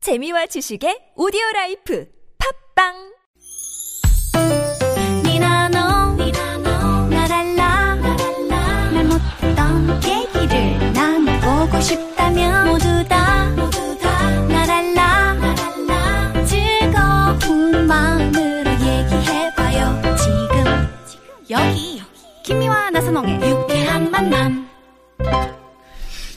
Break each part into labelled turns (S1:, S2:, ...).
S1: 재미와 지식의 오디오 라이프 팝빵
S2: 니나 너 나랄라 말 못했던 얘기를 나눠보고 싶다면 모두 다 나랄라 즐거운 마음으로 얘기해봐요 지금 여기 김미와 나선홍의 유쾌한 만남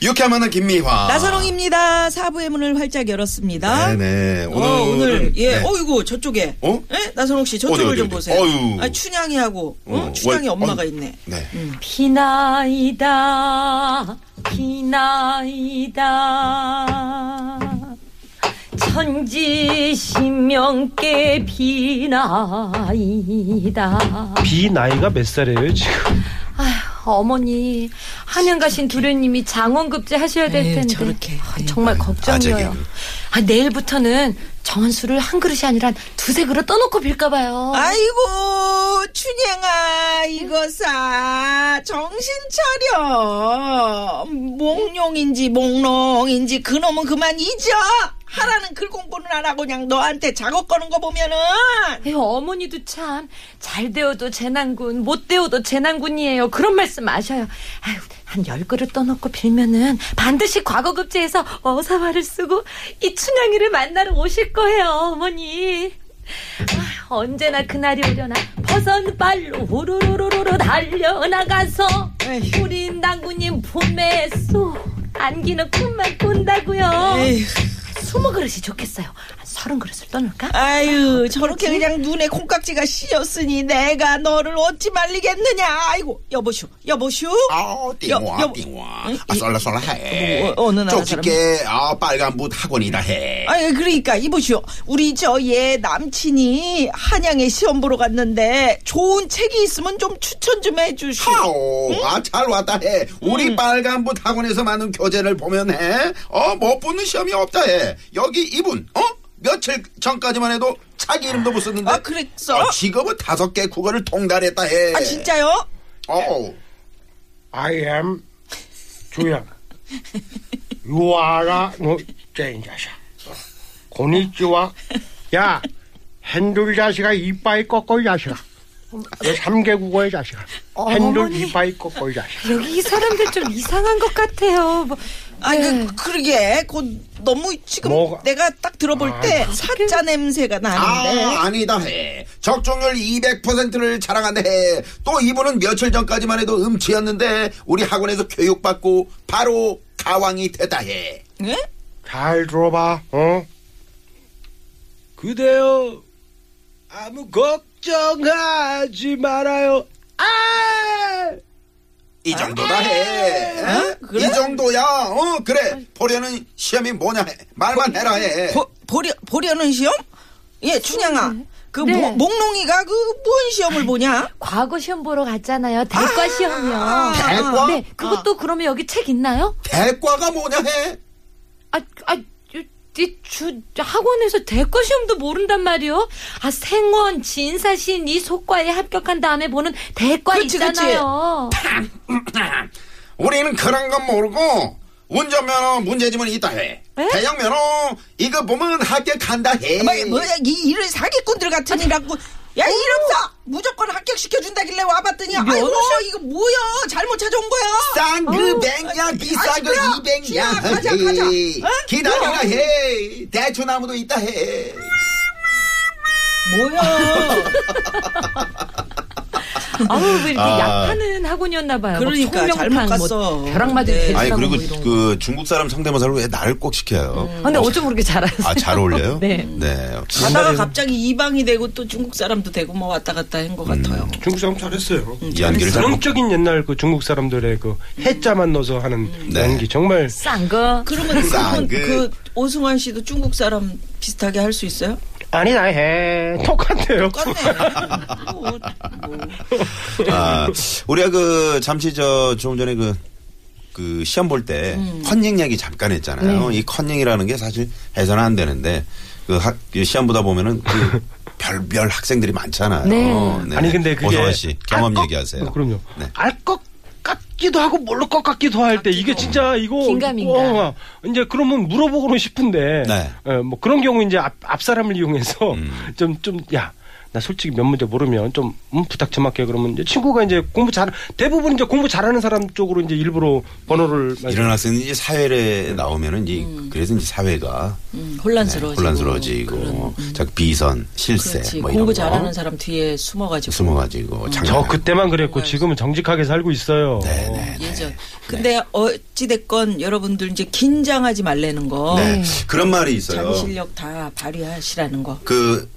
S3: 유쾌한 만한 김미화.
S4: 나선홍입니다. 사부의 문을 활짝 열었습니다.
S3: 아. 네네. 오늘,
S4: 어, 오늘 예,
S3: 네.
S4: 어이구 저쪽에.
S3: 어?
S4: 예? 나선홍 씨 저쪽을
S3: 어디, 어디,
S4: 좀
S3: 어디?
S4: 보세요.
S3: 어유.
S4: 아, 춘향이하고 어?
S3: 어,
S4: 춘향이
S3: 월-
S4: 엄마가
S3: 어,
S4: 있네.
S3: 네.
S5: 비나이다 비나이다 천지신명께 비나이다
S6: 비 나이가 몇 살이에요 지금?
S5: 어머니 한양 가신 도련님이 장원급제 하셔야 될
S4: 에이,
S5: 텐데
S4: 네, 저렇게. 네.
S5: 아, 정말 걱정이에요
S3: 아재개그.
S5: 아, 내일부터는 정한수를 한 그릇이 아니라 한 두세 그릇 떠놓고 빌까봐요
S4: 아이고 춘향아 이거사 정신 차려 몽룡인지 몽롱인지 그놈은 그만 잊어 하라는 글 공부는 안 하고 그냥 너한테 작업 거는 거 보면은
S5: 에휴, 어머니도 참, 잘 되어도 재난군, 못 되어도 재난군이에요. 그런 말씀 아셔요. 아유, 한 열 그릇 떠놓고 빌면은 반드시 과거급제에서 어사화를 쓰고 이 춘향이를 만나러 오실 거예요, 어머니. 아, 언제나 그날이 오려나 버선발로 호로로로로 달려나가서
S4: 에휴.
S5: 우리 당구님 품에 쏙 안기는 꿈만 꾼다고요.
S3: 어.
S4: 에휴.
S5: 스무 그릇이 좋겠어요. 한 서른 그릇을 떠놓을까?
S4: 아유 저렇게 그냥 눈에 콩깍지가 씌었으니 내가 너를 어찌 말리겠느냐 아이고 여보슈 여보슈
S3: 아우, 띵와,
S4: 여- 여-
S3: 띵와.
S4: 응?
S3: 아, 쏠라쏠라 해.
S4: 뭐, 어, 어느 나라
S3: 쪽집게, 아, 빨간붓 학원이다 해.
S4: 아니 그러니까 이보시오 우리 저 얘 남친이 한양에 시험 보러 갔는데 좋은 책이 있으면 좀 추천 좀 해주시오
S3: 아오, 아, 잘 왔다 해. 우리 빨간붓 학원에서 많은 교재를 보면 해. 어, 못 붙는 시험이 없다 해. 여기 이분, 어? 며칠 전까지만 해도 자기 이름도 못 썼는데.
S4: 아, 그랬어?
S3: 어, 직업은 다섯 개 국어를 통달했다 해.
S4: 아 진짜요?
S3: 어우.
S6: I am 주영. You are no danger. 고니치와 야 핸들 자식아 이빠이 꺾을 자식아. 너 삼개국어의 자식아. 핸들
S5: 어머니.
S6: 이빠이 꺾을 자식아.
S5: 여기 이 사람들 좀 이상한 것 같아요. 뭐,
S4: 아
S3: 네.
S4: 그, 그러게 그, 너무 지금
S6: 뭐가?
S4: 내가 딱 들어볼
S6: 아,
S4: 때 사자 냄새가 나는데
S3: 아, 아니다 해. 적중률 200%를 자랑한다 해. 또 이분은 며칠 전까지만 해도 음치였는데 우리 학원에서 교육받고 바로 가왕이 됐다 해.
S4: 예?
S6: 잘 들어봐. 어? 그대여 아무 걱정하지 말아요. 아!
S3: 이 정도다 해. 어?
S4: 아, 그래?
S3: 이 정도야. 어, 그래. 보려는 시험이 뭐냐 해. 말만 해라 해.
S4: 보, 보려, 보려는 시험? 예 춘향아
S3: 네.
S4: 그 모- 몽롱이가 그 무슨 시험을 보냐?
S5: 과거 시험 보러 갔잖아요. 대과
S4: 아,
S5: 시험이요.
S3: 대과?
S5: 네, 그것도 그러면 여기 책 있나요?
S3: 대과가 뭐냐 해.
S5: 아, 아, 이- 이 주, 학원에서 대과 시험도 모른단 말이요. 아, 생원, 진사신 이 속과에 합격한 다음에 보는 대과
S4: 그치, 그치.
S5: 있잖아요.
S3: 우리는 그런 건 모르고 운전면허 문제지문 있다 해. 대형면허 이거 보면 합격한다 해.
S4: 아, 뭐야, 뭐야, 이 이런 사기꾼들 같은 이라고. 야, 이름사! 무조건 합격시켜준다길래 와봤더니, 아이고, 이거 뭐야! 잘못 찾아온 거야!
S3: 싼 그 백냐
S4: 아이,
S3: 비싼 거
S4: 아이고야.
S3: 그 이백냐
S4: 주야, 가자, 가자. 어?
S3: 기다리라 해 대추나무도 있다 해
S4: 뭐야!
S5: 아우, 왜 이렇게
S3: 아.
S5: 약하는 학원이었나 봐요. 막
S4: 그러니까,
S5: 총명탕,
S4: 잘못 갔어.
S5: 뭐, 벼락 맞은
S4: 네.
S5: 돼지
S3: 아니
S5: 사고
S3: 그리고
S5: 뭐 이런 거.
S3: 그 중국 사람 상대모사를 왜 나를 꼭 시켜요
S5: 아, 근데 어쩜 그렇게 잘하세요?
S3: 아 잘 어울려요
S5: 네.
S4: 가다가 갑자기 이방이 되고 또 중국 사람도 되고 뭐 왔다 갔다 한 것 같아요.
S6: 중국 사람 잘했어요.
S3: 이 연기를 잘 못-
S6: 전형적인 옛날 그 중국 사람들의 그 해자만 넣어서 하는
S3: 네.
S6: 연기 정말
S5: 싼 거.
S4: 그러면,
S3: 쌍,
S4: 그러면
S3: 그-
S4: 그 오승환 씨도 중국 사람 비슷하게 할 수 있어요?
S6: 아니다 해 똑같아요.
S4: 똑같네. 뭐, 뭐.
S3: 아, 우리가 그 잠시 저 조금 전에 그, 그 시험 볼 때 컨닝 얘기 잠깐 했잖아요. 이 컨닝이라는 게 사실 해서는 안 되는데 그 학, 그 시험 보다 보면은 그 별별 학생들이 많잖아요.
S5: 네.
S3: 네.
S6: 아니 어? 근데 그게
S3: 오성환 씨 경험
S6: 알것-
S3: 얘기하세요.
S6: 어, 그럼요.
S3: 네.
S6: 알 것 같
S7: 같기도 하고 모를 것 같기도 할 때 이게 진짜 이거
S5: 긴가민가.
S7: 어, 이제 그러면 물어보고는 싶은데
S3: 네.
S7: 예, 뭐 그런 경우 이제 앞, 앞 사람을 이용해서
S3: 음.
S7: 좀 좀 야. 나 솔직히 몇 문제 모르면 좀 음, 부탁 좀 할게 그러면 이제 친구가 이제 공부 잘 대부분 이제 공부 잘하는 사람 쪽으로 이제 일부러 번호를 많이
S3: 이런 학생이 이제 사회에 나오면은 이제 그래서 이제 사회가
S4: 음,
S3: 네,
S4: 혼란스러워지고. 음.
S3: 혼란스러워지고 자 비선 실세
S4: 그렇지.
S3: 뭐 이런
S4: 공부
S3: 거.
S4: 잘하는 사람 음. 뒤에 숨어가지고.
S3: 숨어가지고
S7: 저
S3: 장난하고.
S7: 그때만
S4: 네.
S7: 그랬고 지금은 정직하게 살고 있어요.
S3: 네네.
S4: 예전. 근데 어찌됐건 여러분들 이제 긴장하지 말라는 거.
S3: 네. 그런 말이 있어요.
S4: 어. 자기 실력 다 발휘하시라는 거.
S3: 그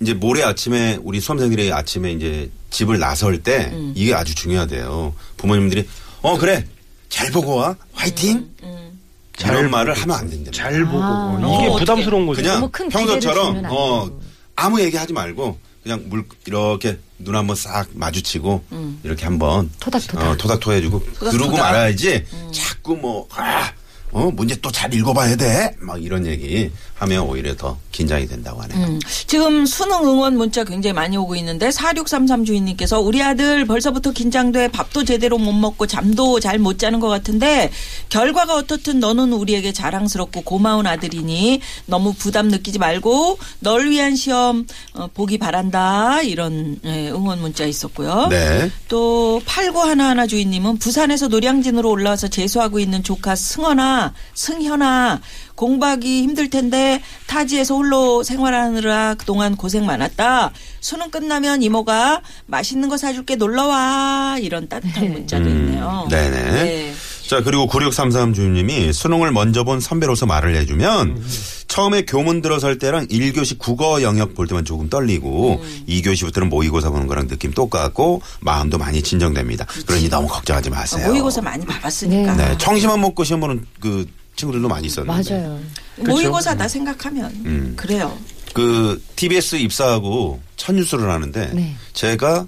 S3: 이제 모레 아침에 우리 수험생들이 아침에 이제 집을 나설 때
S4: 음.
S3: 이게 아주 중요하대요. 부모님들이 어 그래 잘 보고 와 화이팅
S4: 음,
S3: 이런
S7: 잘
S3: 말을 하면 안 된다.
S7: 잘 보고
S5: 아.
S7: 이게
S4: 어,
S7: 부담스러운 거죠.
S3: 그냥
S5: 너무 큰 기대를 주면
S3: 평소처럼
S5: 안
S3: 어
S5: 되고.
S3: 아무 얘기하지 말고 그냥 물 이렇게 눈 한번 싹 마주치고 이렇게 한번
S5: 음. 토닥토닥. 음.
S3: 어, 토닥토닥 해주고 그러고 말아야지 자꾸 뭐 아, 어, 문제 또 잘 읽어봐야 돼 막 이런 얘기 하면 오히려 더 긴장이 된다고 하네요.
S4: 음, 지금 수능 응원 문자 굉장히 많이 오고 있는데 4633 주인님께서 우리 아들 벌써부터 긴장돼 밥도 제대로 못 먹고 잠도 잘 못 자는 것 같은데 결과가 어떻든 너는 우리에게 자랑스럽고 고마운 아들이니 너무 부담 느끼지 말고 널 위한 시험 어, 보기 바란다 이런 예, 응원 문자
S5: 음.
S4: 있었고요.
S3: 네.
S4: 또 8911 주인님은 부산에서 노량진으로 올라와서 재수하고 있는 조카 승원아, 승현아 공부하기 힘들 텐데 타지에서 홀로 생활하느라 그동안 고생 많았다. 수능 끝나면 이모가 맛있는 거 사줄게 놀러와 이런 따뜻한
S7: 음,
S4: 문자도 있네요.
S3: 네네.
S4: 네.
S3: 자, 그리고 9633 주임님이 수능을 먼저 본 선배로서 말을 해주면 처음에 교문 들어설 때랑 1교시 국어 영역 볼 때만 조금 떨리고
S4: 음.
S3: 2교시부터는 모의고사 보는 거랑 느낌 똑같고 마음도 많이 진정됩니다. 그러니 너무 걱정하지
S4: 아,
S3: 마세요.
S4: 모의고사 많이 봐봤으니까
S3: 네, 청심환 먹고 시험 보는 그 친구들도 많이 있었는데.
S5: 맞아요.
S4: 모의고사
S7: 음.
S4: 다 생각하면 그래요.
S3: 그 TBS 입사하고 첫 뉴스를 하는데
S5: 네.
S3: 제가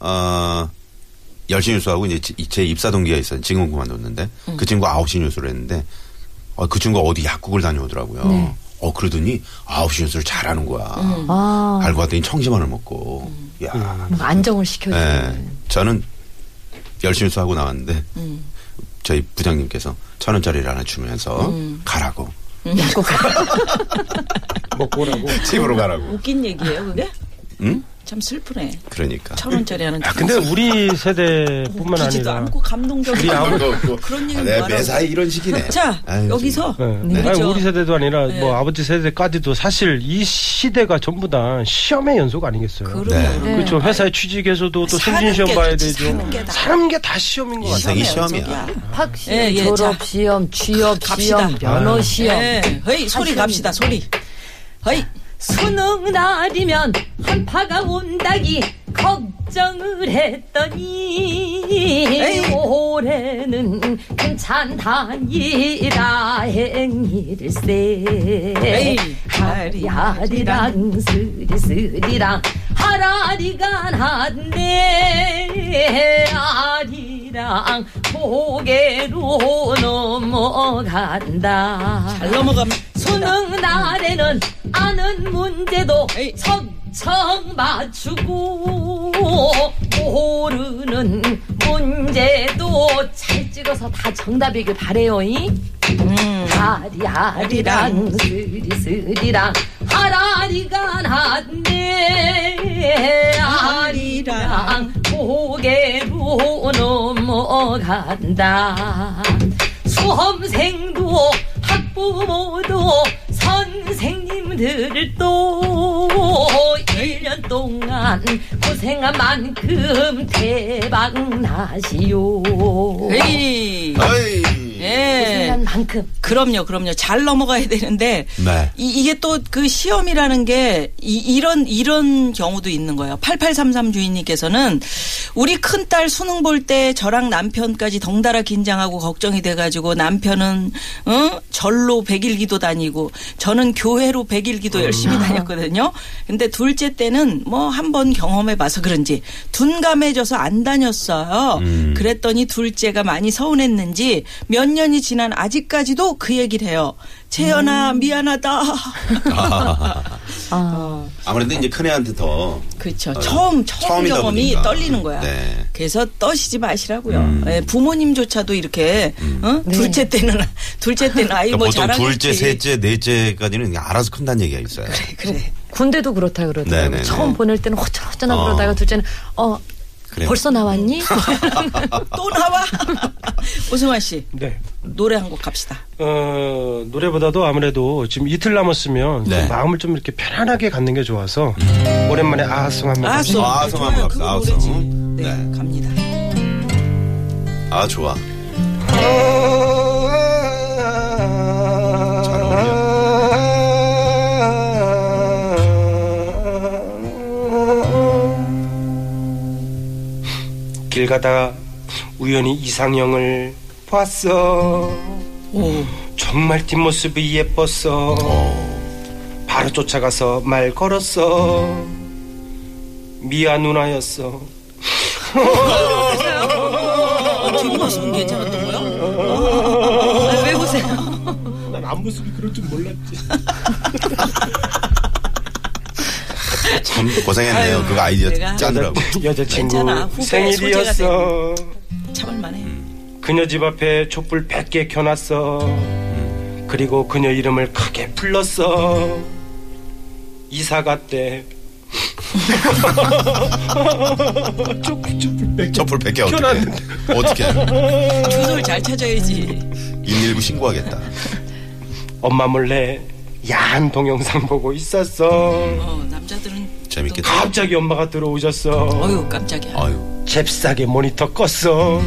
S3: 어 열시 뉴스하고 이제 지- 제 입사 동기가 있어요. 지금 그만뒀는데
S5: 음.
S3: 그 친구 가 9시 뉴스를 했는데 어, 그 친구가 어디 약국을 다녀오더라고요. 어 그러더니 9시 뉴스를 잘하는 거야.
S5: 네. 아,
S3: 알고 봤더니 청심환을 먹고 야.
S5: 뭔가 안정을
S3: 예.
S5: 시켜주는.
S3: 저는 열심히 수하고 나왔는데
S5: 음.
S3: 저희 부장님께서 천 원짜리를 하나 주면서
S5: 음.
S3: 가라고
S4: 음.
S5: 약국
S7: 먹고 오라고.
S3: 집으로 가라고.
S4: 웃긴 얘기예요 그게?
S3: 응?
S4: 참 슬프네.
S3: 그러니까.
S4: 천 원짜리 하는
S7: 음? 아, 근데 우리 세대뿐만
S4: 어, 웃기지도
S7: 아니라
S4: 않고 감동적이고 그런
S3: 아,
S4: 얘기는
S3: 내가
S4: 말하고.
S3: 매사에 이런 식이네.
S4: 자
S3: 아유,
S4: 여기서 뭐
S7: 예.
S3: 네.
S7: 아니,
S4: 그죠?
S7: 우리 세대도 아니라 뭐 아버지 세대까지도 사실 이 시대가 전부 다 시험의 연속 아니겠어요.
S4: 그럼요.
S3: 네.
S4: 그럼요.
S7: 렇죠 회사에 취직해서도 또
S4: 사는
S7: 승진 시험
S4: 게
S7: 봐야
S4: 좋지,
S7: 되죠.
S4: 사는 게 다.
S7: 사는 게 다 시험인 것 같아요.
S3: 인생이
S4: 시험이야,
S3: 시험이야.
S5: 학 시험,
S4: 예, 예,
S5: 졸업
S4: 자.
S5: 시험, 취업
S4: 갑시다.
S5: 시험,
S3: 아.
S5: 면허 시험.
S4: 예. 허이 소리 갑시다 소리. 허이
S5: 수능 날이면 한파가 온다기 걱정을 했더니
S4: 에이.
S5: 올해는 괜찮다니라 행일세
S4: 에이.
S5: 하리하리랑 스리스리랑 하라리가 났네 아리랑 고개로 넘어간다
S4: 잘 넘어가면
S5: 수능 날에는 아는 문제도
S4: 에이.
S5: 성청 맞추고 모르는 문제도 잘 찍어서 다 정답이길 바래요. 이 음, 하리하리랑 스리스리랑 하라리가 났네 아리랑 고개로 넘어간다 수험생도 학부모도 선생님들도 1년 동안 고생한 만큼 대박 나시오
S4: 에이.
S3: 어이.
S4: 예.
S5: 고생한 만큼
S4: 그럼요, 그럼요. 잘 넘어가야 되는데
S3: 네.
S4: 이, 게 또 그 시험이라는 게 이, 런 이런 경우도 있는 거예요. 8833 주인님께서는 우리 큰딸 수능 볼 때 저랑 남편까지 덩달아 긴장하고 걱정이 돼가지고 남편은 응? 절로 백일기도 다니고 저는 교회로
S3: 음.
S4: 백일기도 열심히 다녔거든요. 근데 둘째 때는 뭐 한 번 경험해봐서 그런지 둔감해져서 안 다녔어요.
S3: 음.
S4: 그랬더니 둘째가 많이 서운했는지 몇 년이 지난 아직까지도 그 얘기를 해요. 채연아 미안하다. 아.
S3: 아무래도 이제 큰애한테 더
S4: 어. 그렇죠. 처음 처음
S3: 처음이다
S4: 경험이
S3: 보니까.
S4: 떨리는 거야.
S3: 네.
S4: 그래서 떠시지 마시라고요.
S3: 음.
S4: 예, 부모님조차도 이렇게 어? 둘째 때는 둘째 때는 아이
S3: 그러니까
S4: 뭐
S3: 보통
S4: 잘하겠지.
S3: 둘째, 셋째, 넷째까지는 그냥 알아서 큰다는 얘기가 있어요.
S4: 그래.
S5: 군대도 그렇다 그러더라고요.
S3: 네네네.
S5: 처음 보낼 때는 허전허전하
S3: 어.
S5: 그러다가 둘째는 어
S3: 그래요.
S5: 벌써 나왔니?
S4: 또 나와. 오승환 씨
S7: 네.
S4: 노래 한 곡 갑시다.
S7: 어, 노래보다도 아무래도 지금 이틀 남았으면 좀
S3: 네.
S7: 마음을 좀 이렇게 편안하게 갖는 게 좋아서 오랜만에 음. 아송합니다.
S4: 아송.
S3: 아, 아송 한번
S4: 그거
S3: 갑시다.
S4: 노래지.
S3: 아송.
S4: 네,
S3: 네.
S4: 갑니다.
S3: 아, 좋아. 잘 어울려.
S7: 길 가다가 우연히 이상형을 봤어.
S4: 오.
S7: 정말 뒷모습이 예뻤어. 바로 쫓아가서 말 걸었어. 미안 누나였어.
S4: 어, 뒷모습은 괜찮았던 거요? 아,
S5: 왜 보세요?
S7: 난 앞모습이 그럴 줄 몰랐지.
S3: 참 고생했네요. 그거 아이디어
S4: 내가-
S3: 짜느라고.
S4: 괜찮아.
S7: 여자친구
S4: 후배의
S7: 생일이었어.
S4: 참을만해.
S3: 음.
S7: 그녀 집 앞에 촛불 100개 켜놨어. 그리고 그녀 이름을 크게 불렀어. 이사 갔대.
S3: 촛불 100개 어떻게 어떻게
S4: 아, 그 주소를 잘 찾아야지.
S3: 음. 119 신고하겠다.
S7: 엄마 몰래 야한 동영상 보고 있었어.
S4: 어, 남자들은
S3: 재밌겠다.
S4: 아.
S7: 갑자기 엄마가 들어오셨어.
S4: 어유 깜짝이야.
S3: 아유.
S7: 잽싸게 모니터 껐어.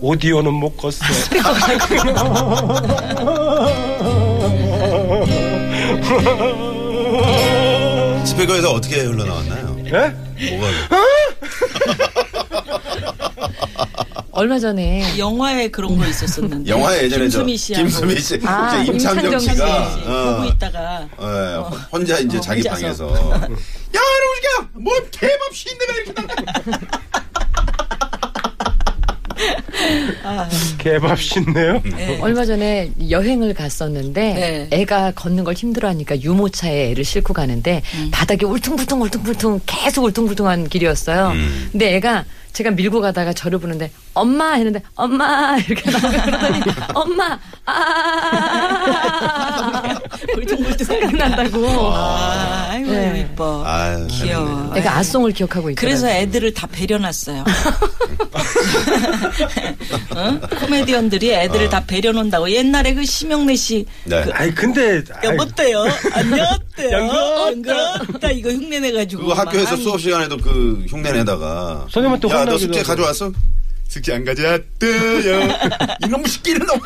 S7: 오디오는 못 껐어.
S3: 스피커에서 어떻게 흘러나왔나요?
S7: 예?
S3: 뭐가
S5: 얼마 전에
S4: 영화에 그런 거 있었었는데.
S3: 영화에 예전에 저
S4: 김수미 씨하고
S3: 김수미 씨,
S5: 아,
S3: 저 임창정
S5: 임창정
S3: 씨가
S4: 씨 보고
S3: 어,
S4: 있다가
S3: 예, 혼자 이제
S4: 어,
S3: 자기
S4: 혼자서.
S3: 방에서 야 여러분 뭐 개밥 신데가 이렇게 나
S7: 개밥 씻네요.
S4: 네.
S5: 얼마 전에 여행을
S4: 네.
S5: 갔었는데 애가 걷는 걸 힘들어하니까 유모차에 애를 싣고 가는데
S4: 음.
S5: 바닥이 울퉁불퉁 울퉁불퉁 계속 울퉁불퉁한 길이었어요.
S3: 음.
S5: 근데 애가 제가 밀고 가다가 저를 부르는데 엄마 했는데 엄마 이렇게 나가더니 엄마 아
S4: 울퉁불퉁
S5: 생각난다고
S4: 아, 아이고
S5: 네.
S4: 이뻐.
S3: 아유,
S4: 귀여워. 네.
S5: 애가 아송을 기억하고 있더라고요.
S4: 그래서 애들을 다 배려놨어요. 어? 코미디언들이 애들을
S3: 아.
S4: 다 배려놓는다고 옛날에 그 심영래 씨
S3: 네.
S7: 아이 근데 아이,
S4: 여보 어때요? 안녕 어때요?
S7: 연거?
S4: 연거? 나 이거 흉내내가지고
S3: 그거 학교에서
S4: 막
S3: 수업 시간에도 그 흉내내다가
S7: 선생님한테
S3: 야너
S7: 혼나기도
S3: 숙제
S7: 하고.
S3: 가져왔어? 숙제 안 가져왔대요. 이놈 시끼는 놈.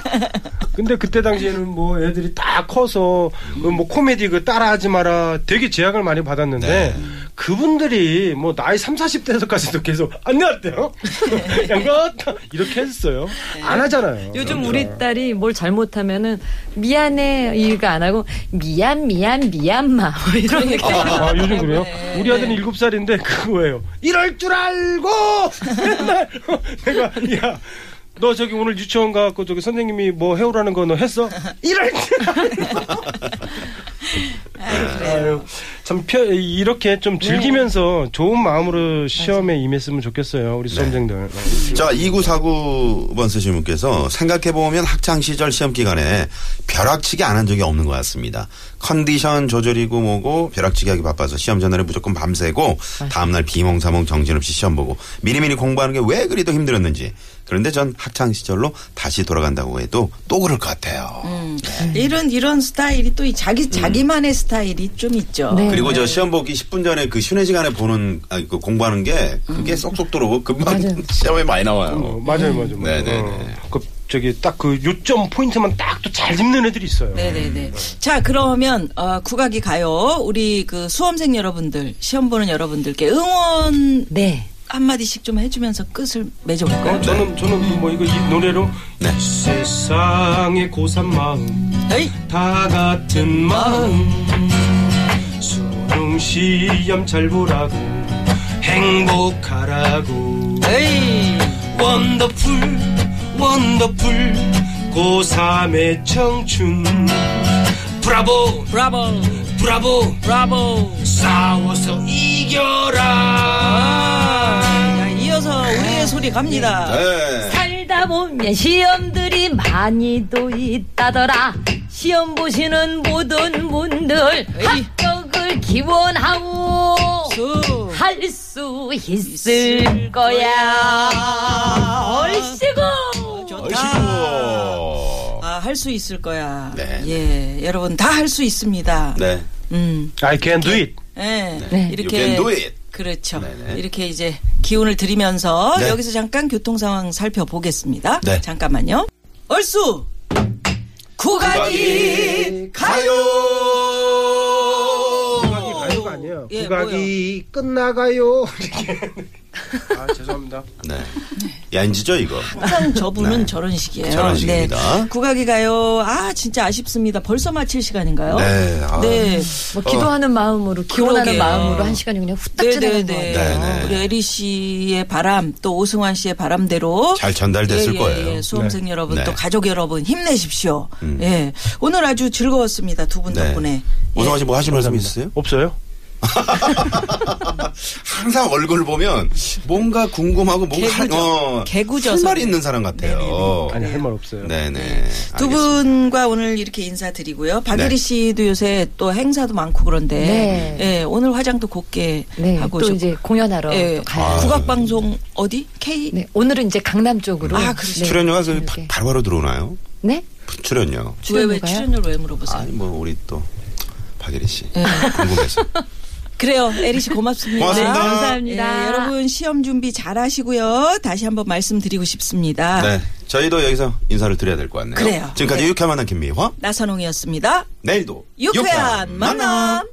S7: 근데 그때 당시에는 뭐 애들이 다 커서 그뭐 코미디 그 따라하지 마라 되게 제약을 많이 받았는데 그분들이 뭐 나이 3, 40대에서까지도 계속 안녕하세요. 양가 이렇게 했어요. 안 하잖아요.
S5: 요즘 우리
S3: 네.
S5: 딸이 뭘 잘못하면은 미안해 이거 안 하고 미안 미안 미안마 뭐 이런
S1: 그러니까.
S5: 니
S7: 아, 요즘 그래요? 네. 우리 아들은 일곱 살인데 그거예요. 이럴 줄 알고 맨날 내가 야. 너 저기 오늘 유치원 가갖고 저기 선생님이 뭐 해오라는 거 너 했어? 이럴 줄 알고. 아유, 네. 참 펴- 이렇게 좀 즐기면서 좋은 마음으로 시험에 임했으면 좋겠어요 우리 수험생들.
S3: 자, 2949번 쓰신 분께서 생각해보면 학창시절 시험기간에 벼락치기 안 한 적이 없는 것 같습니다. 컨디션 조절이고 뭐고 벼락치기 하기 바빠서 시험 전날에 무조건 밤새고 다음날 비몽사몽 정신없이 시험 보고 미리미리 공부하는 게 왜 그리 더 힘들었는지 그런데 전 학창시절로 다시 돌아간다고 해도 또 그럴 것 같아요.
S4: 이런 이런 스타일이 또이
S3: 음.
S4: 자기 자기만의 스타일이 좀 있죠.
S5: 네.
S3: 그리고 저 시험 보기 10분 전에 그 쉬는 시간에 보는 아니, 그 공부하는 게 그게 쏙쏙 들어오고 금방 시험에 많이
S7: 어,
S3: 나와요.
S7: 맞아요, 맞아요. 맞아요.
S3: 네네네.
S7: 어, 그 저기 딱 그 요점 포인트만 딱 또 잘 짚는 애들이 있어요.
S4: 네네네. 자, 그러면, 어, 국악이 가요. 우리 그 수험생 여러분들, 시험 보는 여러분들께 응원
S5: 네.
S4: 한마디씩 좀 해주면서 끝을 맺어볼까요?
S7: 어, 저는 저는 뭐 이거 이 노래로
S3: 네.
S7: 이 세상의 고산 마음
S4: 에이!
S7: 다 같은 마음 수능 시험 잘 보라고 행복하라고
S4: 에이!
S7: 원더풀 원더풀 고3의 청춘 브라보
S4: 브라보!
S7: 브라보
S4: 브라보!
S7: 싸워서 이겨라
S4: 자, 이어서 소리 갑니다.
S3: 네.
S5: 살다 보면 시험들이 많이도 있다더라. 시험 보시는 모든 분들 합격을 기원하고
S4: 수.
S5: 할 수 있을 거야. 얼씨구.
S3: 얼씨구.
S4: 아, 할 수 있을 거야.
S3: 네,
S4: 예, 여러분 다 할 수 있습니다.
S3: 네.
S4: 음,
S7: I can do it.
S4: 예,
S5: 네.
S3: You
S4: 이렇게
S3: can do it.
S4: 그렇죠.
S3: 네네.
S4: 이렇게 이제 기운을 들이면서
S3: 네.
S4: 여기서 잠깐 교통 상황 살펴보겠습니다.
S3: 네.
S4: 잠깐만요. 얼쑤 구각이
S3: 가요.
S7: 국악이 가요가 아니에요.
S4: 예,
S7: 국악이 끝나가요. 아 죄송합니다.
S3: 네. 얀지죠 이거.
S4: 항상 저분은
S3: 네.
S4: 저런 식이에요.
S3: 저런 식입니다.
S4: 네. 국악이 가요. 아 진짜 아쉽습니다. 벌써 마칠 시간인가요?
S3: 네. 아.
S4: 네.
S5: 뭐 기도하는 마음으로 기원하는
S4: 그러게요.
S5: 마음으로 한 시간이 그냥 후딱 지나간 거 같아요.
S3: 네네.
S4: 우리 에리 씨의 바람 또 오승환 씨의 바람대로
S3: 잘 전달됐을
S4: 예, 예,
S3: 거예요.
S4: 예. 수험생 여러분
S3: 네. 음.
S4: 또 가족 여러분 힘내십시오. 예. 오늘 아주 즐거웠습니다. 두 분
S3: 네.
S4: 덕분에. 예.
S3: 오성환 씨뭐 하실 말씀 있으세요?
S7: 네. 없어요?
S3: 항상 얼굴 보면 뭔가 궁금하고 뭔가 할-
S4: 개구죠.
S3: 어,
S4: 개구져서.
S3: 할말 있는 사람
S4: 네,
S3: 같아요.
S7: 아니 할 말 없어요.
S3: 네네.
S4: 두 분과 오늘 이렇게 인사드리고요. 박유리
S3: 네.
S4: 씨도 요새 또 행사도 많고 그런데
S5: 네.
S4: 예, 오늘 화장도 곱게
S5: 네,
S4: 하고
S5: 또
S4: 오셨고.
S5: 이제 공연하러
S4: 예,
S5: 또 가요.
S4: 국악 방송 어디? K
S5: 네, 오늘은 이제 강남 쪽으로.
S4: 아, 그렇죠.
S5: 네,
S3: 출연료가 그 바-
S5: 이렇게.
S3: 바로바로 들어오나요?
S5: 네?
S3: 출연료.
S4: 왜, 왜
S5: 출연료가요?
S4: 출연료를 왜 물어보세요?
S3: 아니 뭐 우리 또 박예리 씨
S4: 네.
S3: 궁금해서.
S4: 그래요. 에리 씨 고맙습니다.
S3: 고맙습니다.
S5: 네, 감사합니다.
S4: 예, 여러분 시험 준비 잘 하시고요. 다시 한번 말씀드리고 싶습니다.
S3: 네. 저희도 여기서 인사를 드려야 될 것 같네요.
S4: 그래요.
S3: 지금까지 유쾌한 만남 김미화.
S4: 나선홍이었습니다.
S3: 내일도
S4: 유쾌한 만남.